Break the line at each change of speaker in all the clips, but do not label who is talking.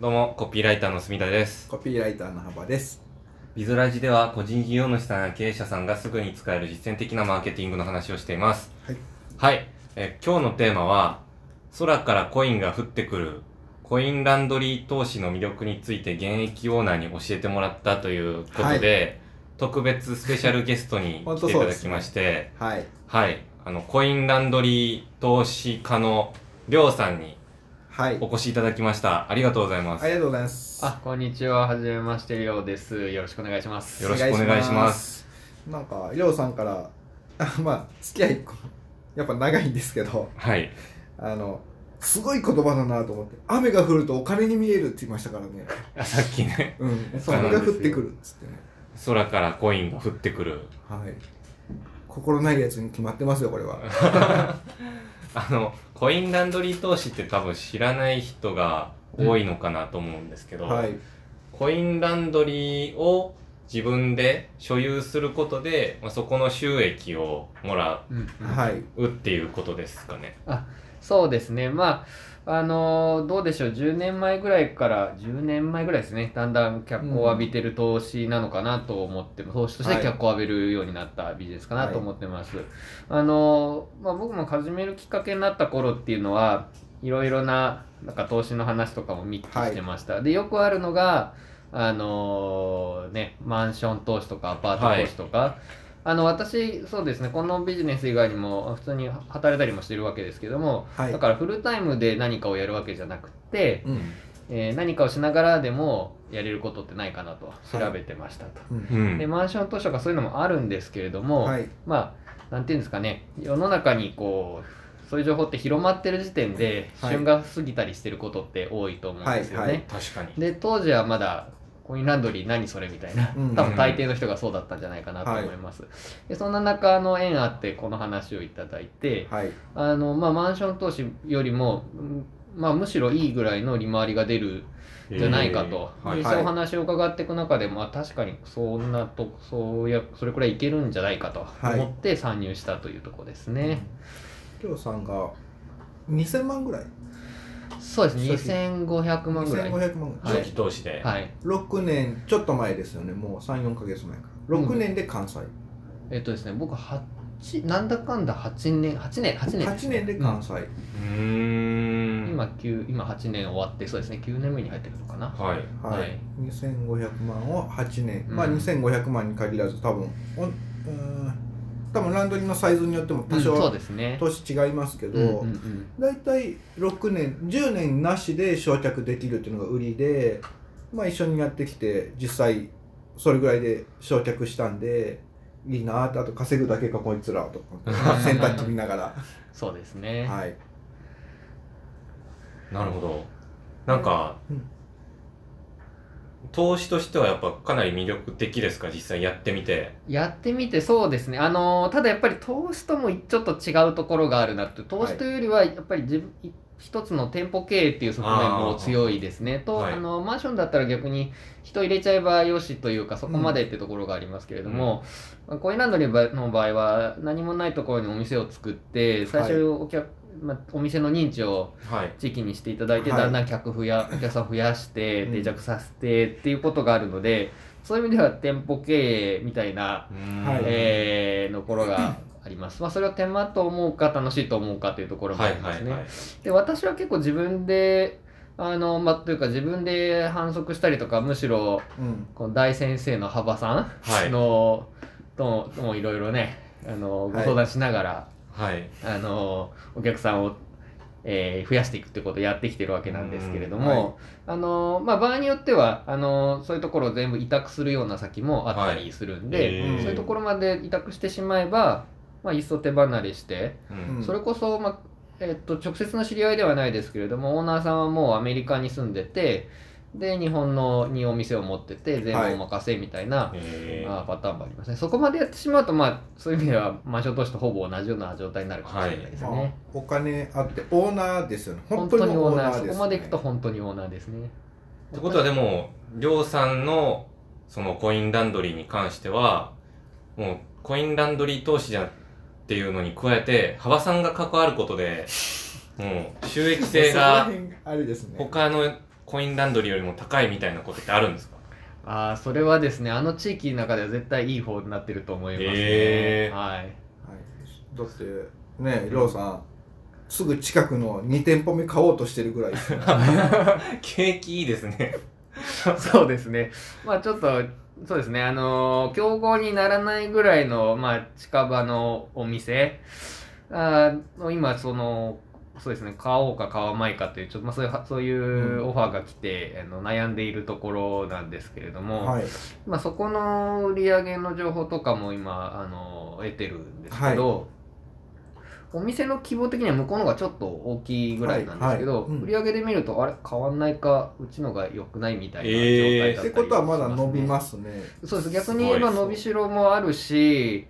どうも、コピーライターの住田です。
コピーライターの幅です。
ビズラジでは、個人事業主さんや経営者さんがすぐに使える実践的なマーケティングの話をしています。
はい。
はい。えー今日のテーマは、空からコインが降ってくる、コインランドリー投資の魅力について現役オーナーに教えてもらったということで、特別スペシャルゲストに
本
来
当
てい
そ
た
うで
だ
す
き
ね
まして、
はい。
はい。あの、コインランドリー投資家のりょうさんに
はい。
お越しいただきました。ありがとうございます
あり。がとうございます。
あ、こんにちは。はじめまして、りょうです。よろしくお願いします。
よろしくお願いします。
なんか、りょうさんから、 あまあ、付き合い、こうやっぱ長いんですけど、
はい。
あの、すごい言葉だなと思って、雨が降るとお金に見えるって言いましたからね。
あさっきね
うん。お
そうなん
金
です
が
よ
降ってくるっつってね。
空からコインが降ってくる
はい。心ないやつに決まってますよ、これは。
あのコインランドリー投資って多分知らない人が多いのかなと思うんですけど、
はい。
コインランドリーを自分で所有することで、まあ、そこの収益をもら
うん、い。
はい。
うっていうことですかね。
そうですね。まあ、あのーどうでしょう。10年前ぐらいから、10年前ぐらいですね。だんだん脚光を浴びてる投資なのかなと思って、投資として
はい
脚光を浴びるようになったビジネスかなと思ってます。あのーまあ、僕も始めるきっかけになった頃っていうのは、いろいろな、なんか投資の話とかも見聞きしてました。で、よくあるのが、あのーね、マンション投資とかアパート投資とか、あの私、そうですね、このビジネス以外にも普通に働いたりもしてるわけですけども、
はい
だ。からフルタイムで何かをやるわけじゃなくて、
うん。
えー何かをしながらでもやれることってないかなと調べてましたと。
うん
うん
で、マンション図書がそういうのもあるんですけれども、
はい。
まあ、なんていうんですかね、世の中にこう、そういう情報って広まってる時点で、
はい
旬が過ぎたりしてることって多いと思うんですよね。
はいはい
確かに。
で当時はまだコインランドリー何それみたいな
うん
多分大抵の人がそうだったんじゃないかなと思います、でそんな中あの縁あってこの話をいただいて
はい。
あの、まあ、マンション投資よりも、うんまあ、むしろいいぐらいの利回りが出るじゃないかと、
えーはい
実際お話を伺っていく中で、まあ、確かにそんなとそうやそれくらいいけるんじゃないかと
い
思って参入したというところですね、
りょうさんが、2000万ぐらい
そうですね
そうです
2500万ぐらい
2500万ぐらい。
初期投資で。
はい
6年ちょっと前ですよねもう34か月前から6年で関西、
えっとですね、僕八なんだかんだ8年8年8年
8年で関西、
うーん。
今9今8年終わってそうですね9年目に入ってくるのかな
はい。
はい、
はい
2500万を8年、
うん
まあ2500万に限らず多分おんうーん多分ランドリーのサイズによっても多
うんそう
少
ですね
年違いますけど、
うんうんうん
大体6年10年なしで焼却できるっていうのが売りでまあ一緒にやってきて実際それぐらいで焼却したんでいいなあとあと稼ぐだけかこいつらとか 洗濯機見ながら
そうですね、
はい
なるほど。なんか、
うん
投資としてはやっぱかなり魅力的ですか実際やってみて。
やってみてそうですねあのーただやっぱり投資ともちょっと違うところがあるなって投資というよりはやっぱり自分、い一つの店舗経営っていう側面も強いですね。と、
はい
あのマンションだったら逆に人入れちゃえばよしというかそこまでってところがありますけれども、コインランドリーの場合は何もないところにお店を作って最初お客、まあ、お店の認知を
はい。
地域にしていただいて、
はい
だんだん客増やお客さん増やして
うん
定着させてっていうことがあるのでそういう意味では店舗経営みたい
は
な
い
えー、の頃があります。まあ、それを手間と思うか楽しいと思うかというところもあ
はい
りま
は
す
い
ね。
はい。
で私は結構自分であのまあ、というか自分で反則したりとかむしろ
うん
この大先生の幅さ
はい
んの、とともいろいろねあのご相談しながら、
はい。
あのお客さんを、えー増やしていくってことをやってきてるわけなんですけれど
うんはい
も、あのまあ、場合によってはあのそういうところを全部委託するような先もあったりするんで、
はい
うん
そういうところまで委託してしまえば、まあ、一層手離れして、
うん
それこそ、まあえっと直接の知り合いではないですけれどもオーナーさんはもうアメリカに住んでてで日本のにお店を持ってて全部お任せみたいな、
えー
あーパターンもありますね。そこまでやってしまうと、まあ、そういう意味では、マンション投資とほぼ同じような状態になるかもしれないですね。
まあ、お金あってオーナーですよね
本当にオーナー、
です、ね、
そこまでいくと本当にオーナーですね。
ってことはでも、りょうさんのそのコインランドリーに関しては、もうコインランドリー投資じゃっていうのに加えて、幅さんが関わることで、もう収益性
そ
が
こら辺あれですね
他のコインランドリーよりも高いみたいなことってあるんですか
ああそれはですねあの地域の中では絶対いい方になってると思いますね、
へー
はい
だってねりょうさんすぐ近くの2店舗目買おうとしてるぐらいですよ
景気いいですね。
そうですね。まあちょっと、そうですね。あのー、競合にならないぐらいの、まあ近場のお店あー今、その、そうですね、買おうか買わないかという、ちょっとまあそういうは、そういうオファーが来て、あの悩んでいるところなんですけれども、
はい
まあそこの売り上げの情報とかも今、あの、得てるんですけど、お店の規模的には向こうの方がちょっと大きいぐらいなんですけど、
はいはいうん
売り上げで見るとあれ変わんないかうちのが良くないみたいな状
えー
っ
態だったり
てことはまだ伸び
しま
ますね
すねそうです逆
す
に
ごい
言えば伸びしろもあるし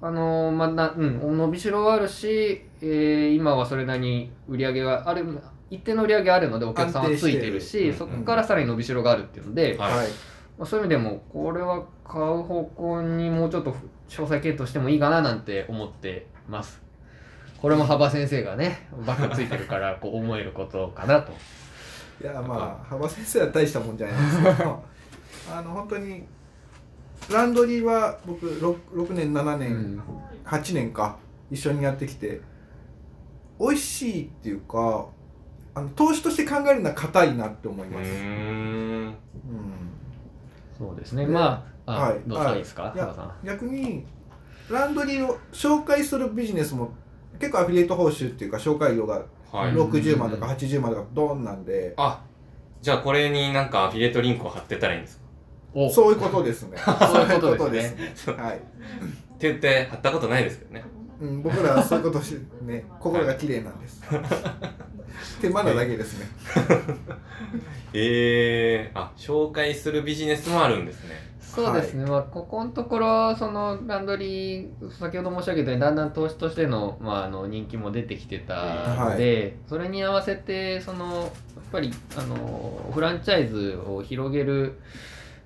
あのまあなうん伸びしろはあるし、えー今はそれなりに売り上げがある一定の売り上げあるのでお客さんはついて
安定
るし
してる
そこからさらに伸びしろがあるっていうの
はい
で、まあ、そういう意味でもこれは買う方向にもうちょっと詳細検討してもいいかななんて思ってますこれも幅先生がねバカついて るからこう思えることかなと
いやまあ幅先生は大したもんじゃないですけどあの本当にランドリーは僕 6, 6年7年、
うん
8年か一緒にやってきて美味しいっていうかあの投資として考えるのは硬いなって思いうます、うん
ーん。
そうですね
で
まああ、
はい
どうしたらいいですか
はい
原さん
逆にランドリーを紹介するビジネスも結構アフィリエイト報酬っていうか紹介料が
はい。
うん
60万とか80万とかドーンなんで、
あ、じゃあこれになんかアフィリエイトリンクを貼ってたらいいんですか
お
そういうことですね
そういうことですね
そういうことですねは
っ
い、
て言って貼ったことないですけどね。
うん、僕らはそういうことしてね心が綺麗なんです 手間なだけですね
えー、あ、紹介するビジネスもあるんですね。
そうですね、まあ、ここのところそのランドリー先ほど申し上げたようにだんだん投資としての,、まああの人気も出てきてたので、それに合わせてそのやっぱりあのフランチャイズを広げる、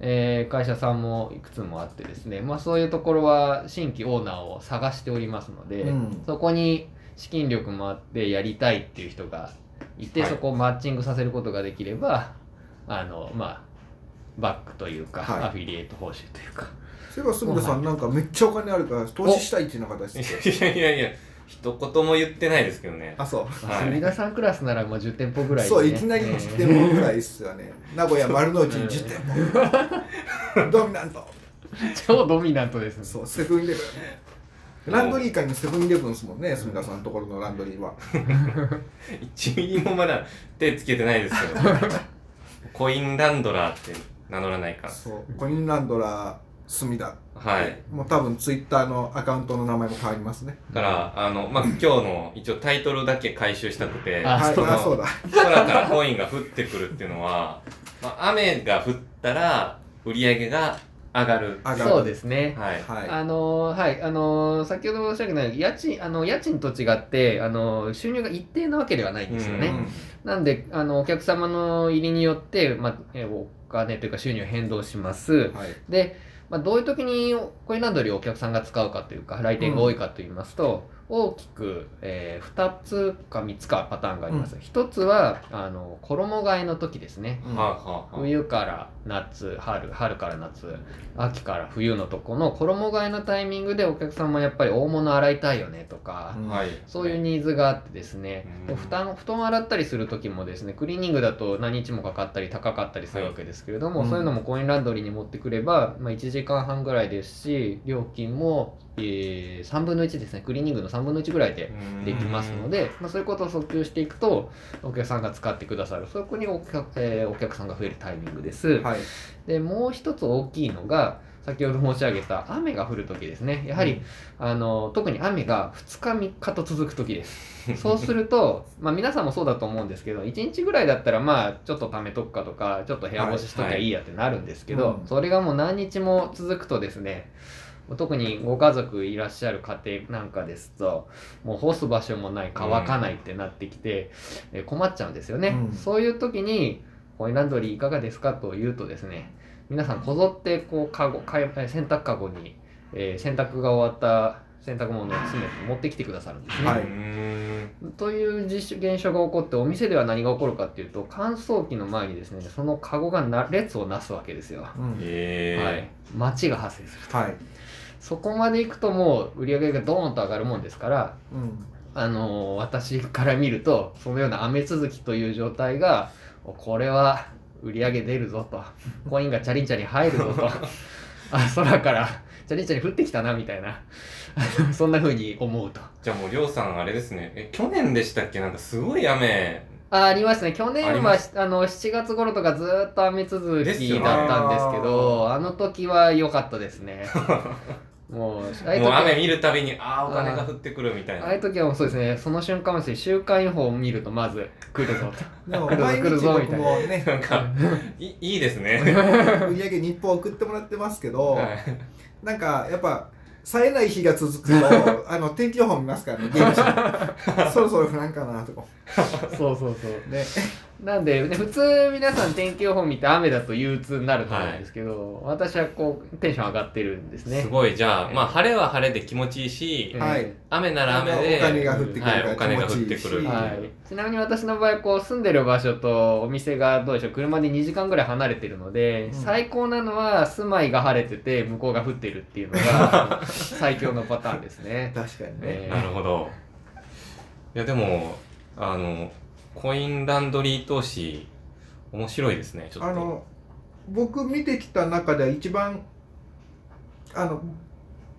えー会社さんもいくつもあってですね、まあ、そういうところは新規オーナーを探しておりますので、
うん
そこに資金力もあってやりたいっていう人がいて、
はい
そこをマッチングさせることができればあのまあバックというか、
はい
アフィリエイト報酬というか
そういえば住田さんなんかめっちゃお金あるから投資したいっていうのが
い
私
やいやいや、一言も言ってないですけどね。
あそう
はい
隅田さんクラスならもう10店舗ぐらいで
そう
ね、
いきなり10
え
店舗ぐらいですよね名古屋丸の内に10店舗ドミナント
ー超ドミナントですね
そうセブンイレブンランドリー界のセブンイレブンですもんね住田さんのところのランドリーは
1ミリもまだ手つけてないですけど。コインランドラーって名乗らないか。
そうコインランドラー隅田
はい。
もう多分ツイッターのアカウントの名前も変わりますね
だから、あの、まあ、今日の一応タイトルだけ回収したくて、
あ
はい
そうだ
あそうだ
空からコインが降ってくるっていうのは、まあ、雨が降ったら売り上げが上がる。
上がる
そうですね
はい。
は
あのーはいあのー先ほど申し上げたように家賃あの家賃と違ってあのー収入が一定なわけではないんですよ
い、
ね、
うん
なんであのお客様の入りによって、まあ、えお金というか収入変動します
うんはい
で、まあ、どういう時にコインランドリーをお客さんが使うかというか来店が多いかといいますと、大きく、え2つか3つかパターンがあります、1つはあの衣替えの時ですね
うん
はあ、はあ、は
冬から夏春春から夏秋から冬のとこの衣替えのタイミングでお客様やっぱり大物洗いたいよねとか、
あ。はい。
そういうニーズがあってですね、
うん
布団布団洗ったりする時もですねクリーニングだと何日もかかったり高かったりするわけですけれども、
はい
そういうのもコインランドリーに持ってくれば、まあ、1時間半ぐらいですし料金も、えー3分の1ですねクリーニングの3分の1ぐらいでできますの
で。
で、まあ、そういうことを訴求していくとお客さんが使ってくださるそこにお客,、えーお客さんが増えるタイミングです。
はい
でもう一つ大きいのが先ほど申し上げた雨が降る時ですねやは
う
り、
ん
あの特に雨が2日3日と続く時です そうすると、まあ、皆さんもそうだと思うんですけど1日ぐらいだったらまあちょっと貯めとくかとかちょっと部屋干ししときゃいいやってなるんですけど、
はいはいうん
それがもう何日も続くとですね特にご家族いらっしゃる家庭なんかですともう干す場所もない乾かないってなってきて、えー困っちゃうんですよね、
うん
そういう時にコインランドリーいかがですかというとですね皆さんこぞってこうカゴかい洗濯カゴに、えー洗濯が終わった洗濯物を詰めて持ってきてくださるんですね。
はいう
ーん
という実現象が起こってお店では何が起こるかっていうと乾燥機の前にですねそのカゴがな列をなすわけですよ。
うん
えー
はい、街が発生する
はい
そこまで行くともう売り上げがドーンと上がるもんですから、
うん
あのー私から見るとそのような雨続きという状態がおこれは売り上げ出るぞとコインがチャリンチャリン入るぞ とあ空からチャリンチャリン降ってきたなみたいな そんな風に思うと
じゃあもうりょうさんあれですねえ去年でしたっけなんかすごい雨
あありますね去
あり
年は
ま
あの7月頃とかずーっと雨続
です
き
よね
だったんですけどあの時は良かったです ねもうああいう
もう
時は
雨見るたびにああお金が降ってくるみたい
ああ
な
いう時はもうそうですね、その瞬間はですね、週間予報を見るとまず来るぞと。
でも
来るぞ
毎
来る
日
ぞ
僕もね
なんかいいいですね
売り上げ日報送ってもらってますけど、
はい
なんかやっぱ冴えない日が続くとあの天気予報見ますからね現地 そろそろ降らんかなとか
そうそうそう。
ね
なんで、ね、普通皆さん天気予報見て雨だと憂鬱になると思うんですけど、私はこう、テンション上がってるんですね。
すごいじゃあ、
はい
まあ晴れは晴れで気持ちいいし、
えー
はい
雨なら雨で
お金が降ってくるか
はい
ら
お金が
気
降っ
持ちい
て
いし、
くる
はい、ちなみに私の場合こう住んでる場所とお店がどうでしょう車で2時間ぐらい離れてるので、
うん
最高なのは住まいが晴れてて向こうが降ってるっていうのが最強のパターンですね。
確かにね、
えー
なるほどいやでもあのコインランドリー投資面白いですねちょっと
あの僕見てきた中では一番あの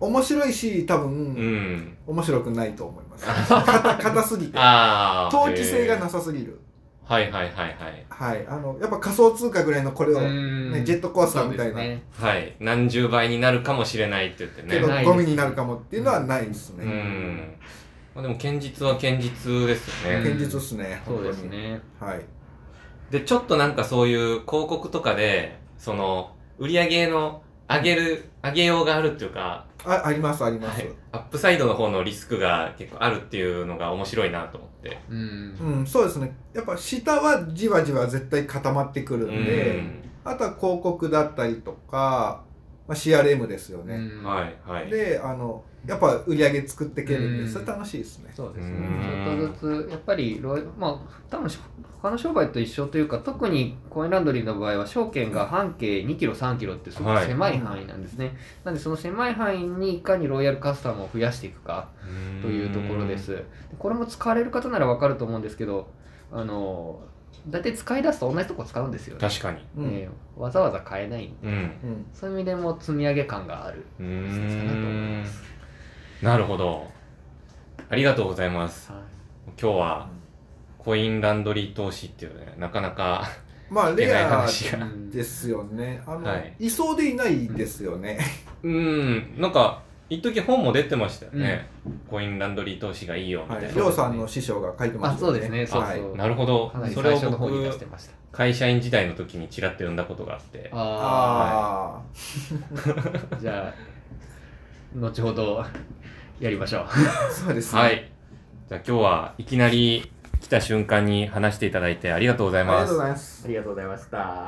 面白いし多分、
うん
面白くないと思います硬硬すぎて
ああ
投機性がな
さ
さすぎる
はいはいはいはい
はいあのやっぱ仮想通貨ぐらいのこれを、ね、
ね
ジェットコースターみたいな、
ね、
はい何十倍になるかもしれないって言って
け
ね
ど
ないです
ゴミになるかもっていうのはないです
う
ね、
ん、まあ、でも堅実は堅実ですよね、
堅実ですね、
そう
本当
で
に
すね。
はい
でちょっとなんかそういう広告とかでその売り上げの上げる上げようがあるっていうか、
あありますありま
は
す、
い、アップサイドの方のリスクが結構あるっていうのが面白いなと思って
うん
うんそうですねやっぱ下はじわじわ絶対固まってくるんで、あとは広告だったりとか、まあ、CRM ですよね、
う
うんん
はいはい
であのやっぱ売り上げ作っていけるんで、
うん
それ楽しいですね
そうですね
うん
ちょっとずつやっぱりいろいろまあ多分他の商売と一緒というか特にコインランドリーの場合は証券が半径2キロ3キロってすご
は
く
い
狭い範囲なんですね、なんでその狭い範囲にいかにロイヤルカスタムを増やしていくかというところですこれも使われる方ならわかると思うんですけどあの大体使い出すと同じとこ使うんですよね
確かに
うん、
ええわざわざ買えない
うん
うん
そういう意味でも積み上げ感がある
うー
施設かなと思い
ん
ます、
なるほどありがとうございます
はい
今日はコインランドリー投資っていうねなかなか
まあ
いけ
レ
ない
ア
話が
うん
ですよねあの、
はい
いそうでいないですよね、
うん、なんか、一時本も出てましたよね。コインランドリー投資がいいよみた
はいい、
な。
りょうさんの師匠が書いてま
あ
す
そ
よ
う
ね
ですねそう
はい
そう、
なるほど
かな。り
それ
最
を
初の方に出し
僕
て、ました
会社員時代の時にちらっと読んだことがあって。
あ
あ
あじゃあ後ほどやりましょう
あ、そうですね、
はい。じゃあ今日はいきなり来た瞬間に話していただいてありがとうござい
ありが
ま
と
す
うご。ざいます
ありがとうございました